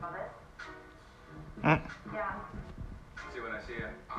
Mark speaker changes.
Speaker 1: Love it?
Speaker 2: Mm.
Speaker 1: Yeah.
Speaker 3: See you when I see you.